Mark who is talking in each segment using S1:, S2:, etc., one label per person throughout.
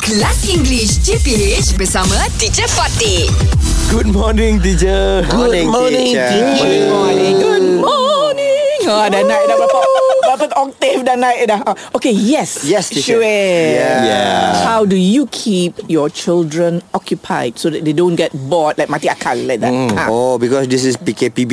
S1: Kelas English CPH bersama Teacher Fatih.
S2: Good morning, teacher.
S3: Morning, teacher.
S4: Good morning. Good morning. Ha, dah naik dah berapa berapa oktav dah naik dah. Ha, Okay, yes.
S3: Yes, teacher.
S4: Sure.
S3: Yeah.
S2: Yeah.
S4: How do you keep your children occupied so that they don't get bored like mati akal like that? Mm. Ha.
S3: Oh, because this is PKPB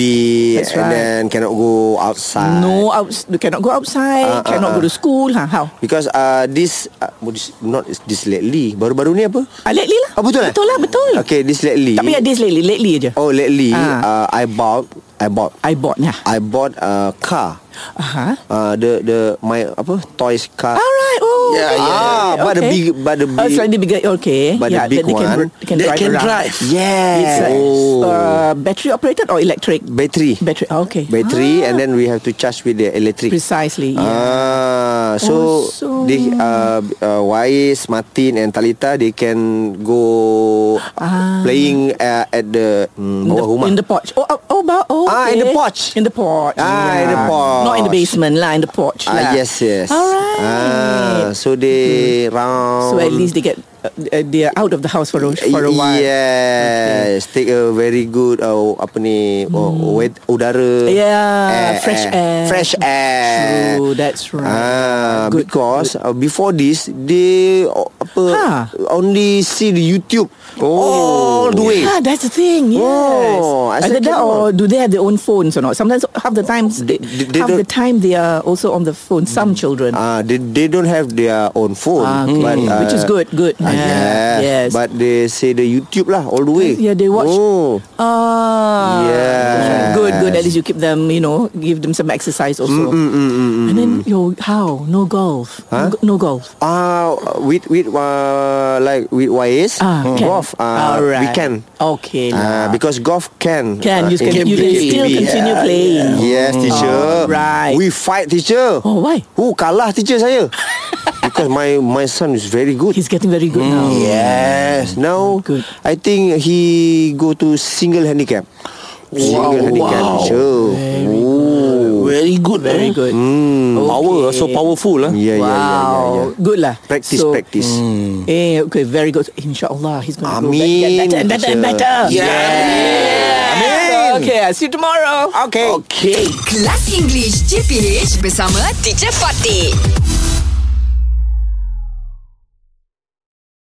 S4: That's
S3: and
S4: right.
S3: then cannot go outside.
S4: No, outs- they cannot go outside,
S3: Ah, ah,
S4: cannot
S3: ah.
S4: go to school. Ha, how?
S3: Because uh, this uh, what is- not is this lately. Baru-baru ni apa?
S4: Ah, lately
S3: Oh,
S4: lah.
S3: betul eh?
S4: Betul lah, betul.
S3: Okay, this lately.
S4: Tapi ada lately, lately aja.
S3: Oh, lately
S4: Ah.
S3: uh, I bought I bought
S4: I bought lah.
S3: I bought a car.
S4: Aha.
S3: Uh, the the my apa toys car.
S4: Alright.
S3: Yeah,
S4: Oh. okay.
S3: yeah, yeah. Ah, but the big- but the
S4: Oh,
S3: big-
S4: slightly bigger. Okay.
S3: but the
S4: yeah,
S3: big
S4: that they
S3: one,
S4: can, they can
S2: that
S4: drive
S2: can
S4: around.
S2: drive.
S3: Yeah.
S4: It's like,
S3: Oh.
S4: uh, battery operated or electric?
S3: Battery.
S4: Battery. Oh, okay. Ah,
S3: Battery and then we have to charge with the electric.
S4: Precisely. Yeah.
S3: Ah, so,
S4: so-
S3: they uh, uh, Wais, Martin and Talita they can go
S4: Ah.
S3: playing uh, at the mm,
S4: in,
S3: bawah
S4: the,
S3: rumah.
S4: in the porch. Oh, oh, oh, ba- oh
S3: Ah, in
S4: okay.
S3: the porch.
S4: In the porch.
S3: Ah, in the porch.
S4: Not in the basement lah, in the porch.
S3: ah,
S4: lah.
S3: yes, yes.
S4: Alright. Mm-hmm.
S3: Ah, so they round.
S4: So at least they get uh, uh, they are out of the house for a, for a while.
S3: Yes, take a very good uh, apa ni oh, wet udara.
S4: Mm. Yeah, fresh air.
S3: Fresh air.
S4: True, that's right.
S3: Ah,
S4: Good,
S3: because Uh, before this they uh, apa
S4: Ha.
S3: only see the YouTube all the way.
S4: Ah, that's the thing. Yes.
S3: Oh, I said
S4: Either that
S3: cannot.
S4: or do they have their own phones or not? Sometimes half the times they,
S3: They- they
S4: half
S3: don't-
S4: the time they are also on the phone. Some children,
S3: Ah, they they don't have their own phone,
S4: Ah, okay.
S3: but, uh,
S4: which is good. Good.
S3: Ah,
S4: Yeah.
S3: yes.
S4: Yes.
S3: But they say the YouTube lah all the way.
S4: Yeah, they watch.
S3: Oh.
S4: Ah,
S3: Yes. Mm,
S4: Good, good. At least you keep them, you know, give them some exercise also. And then yo, how? No golf. No, go- no golf.
S3: Ah, with with uh, like with YS
S4: Ah, can.
S3: golf. Uh,
S4: Alright.
S3: we can.
S4: Okay.
S3: Uh,
S4: lah.
S3: because golf can.
S4: can
S3: uh,
S4: you can,
S3: in
S4: you can
S3: PKPB.
S4: still continue playing?
S3: Yes, teacher.
S4: Alright.
S3: We fight, teacher.
S4: Oh, why?
S3: Who kalah teacher saya? because my my son is very good.
S4: He's getting very
S3: Mm.
S4: good now.
S3: Yes. Now
S4: Good.
S3: I think he go to single handicap. single handicap.
S2: wow.
S3: Sure. Oh.
S2: Very good.
S4: Very
S2: eh?
S4: good.
S2: Mm, Power,
S4: Okay.
S2: so powerful. Eh?
S3: Yeah, yeah,
S4: wow.
S3: yeah, yeah, yeah.
S4: Good lah.
S3: Practice,
S4: So,
S3: practice.
S4: Eh, okay, very good. Inshallah, he's going to go back,
S3: Amin,
S4: get better and better and
S3: teacher.
S4: better.
S3: Yeah.
S4: Yeah.
S3: Amin.
S4: Okay, I'll see you tomorrow.
S3: Okay.
S2: Okay.
S1: Kelas English CPH bersama Teacher Fatih.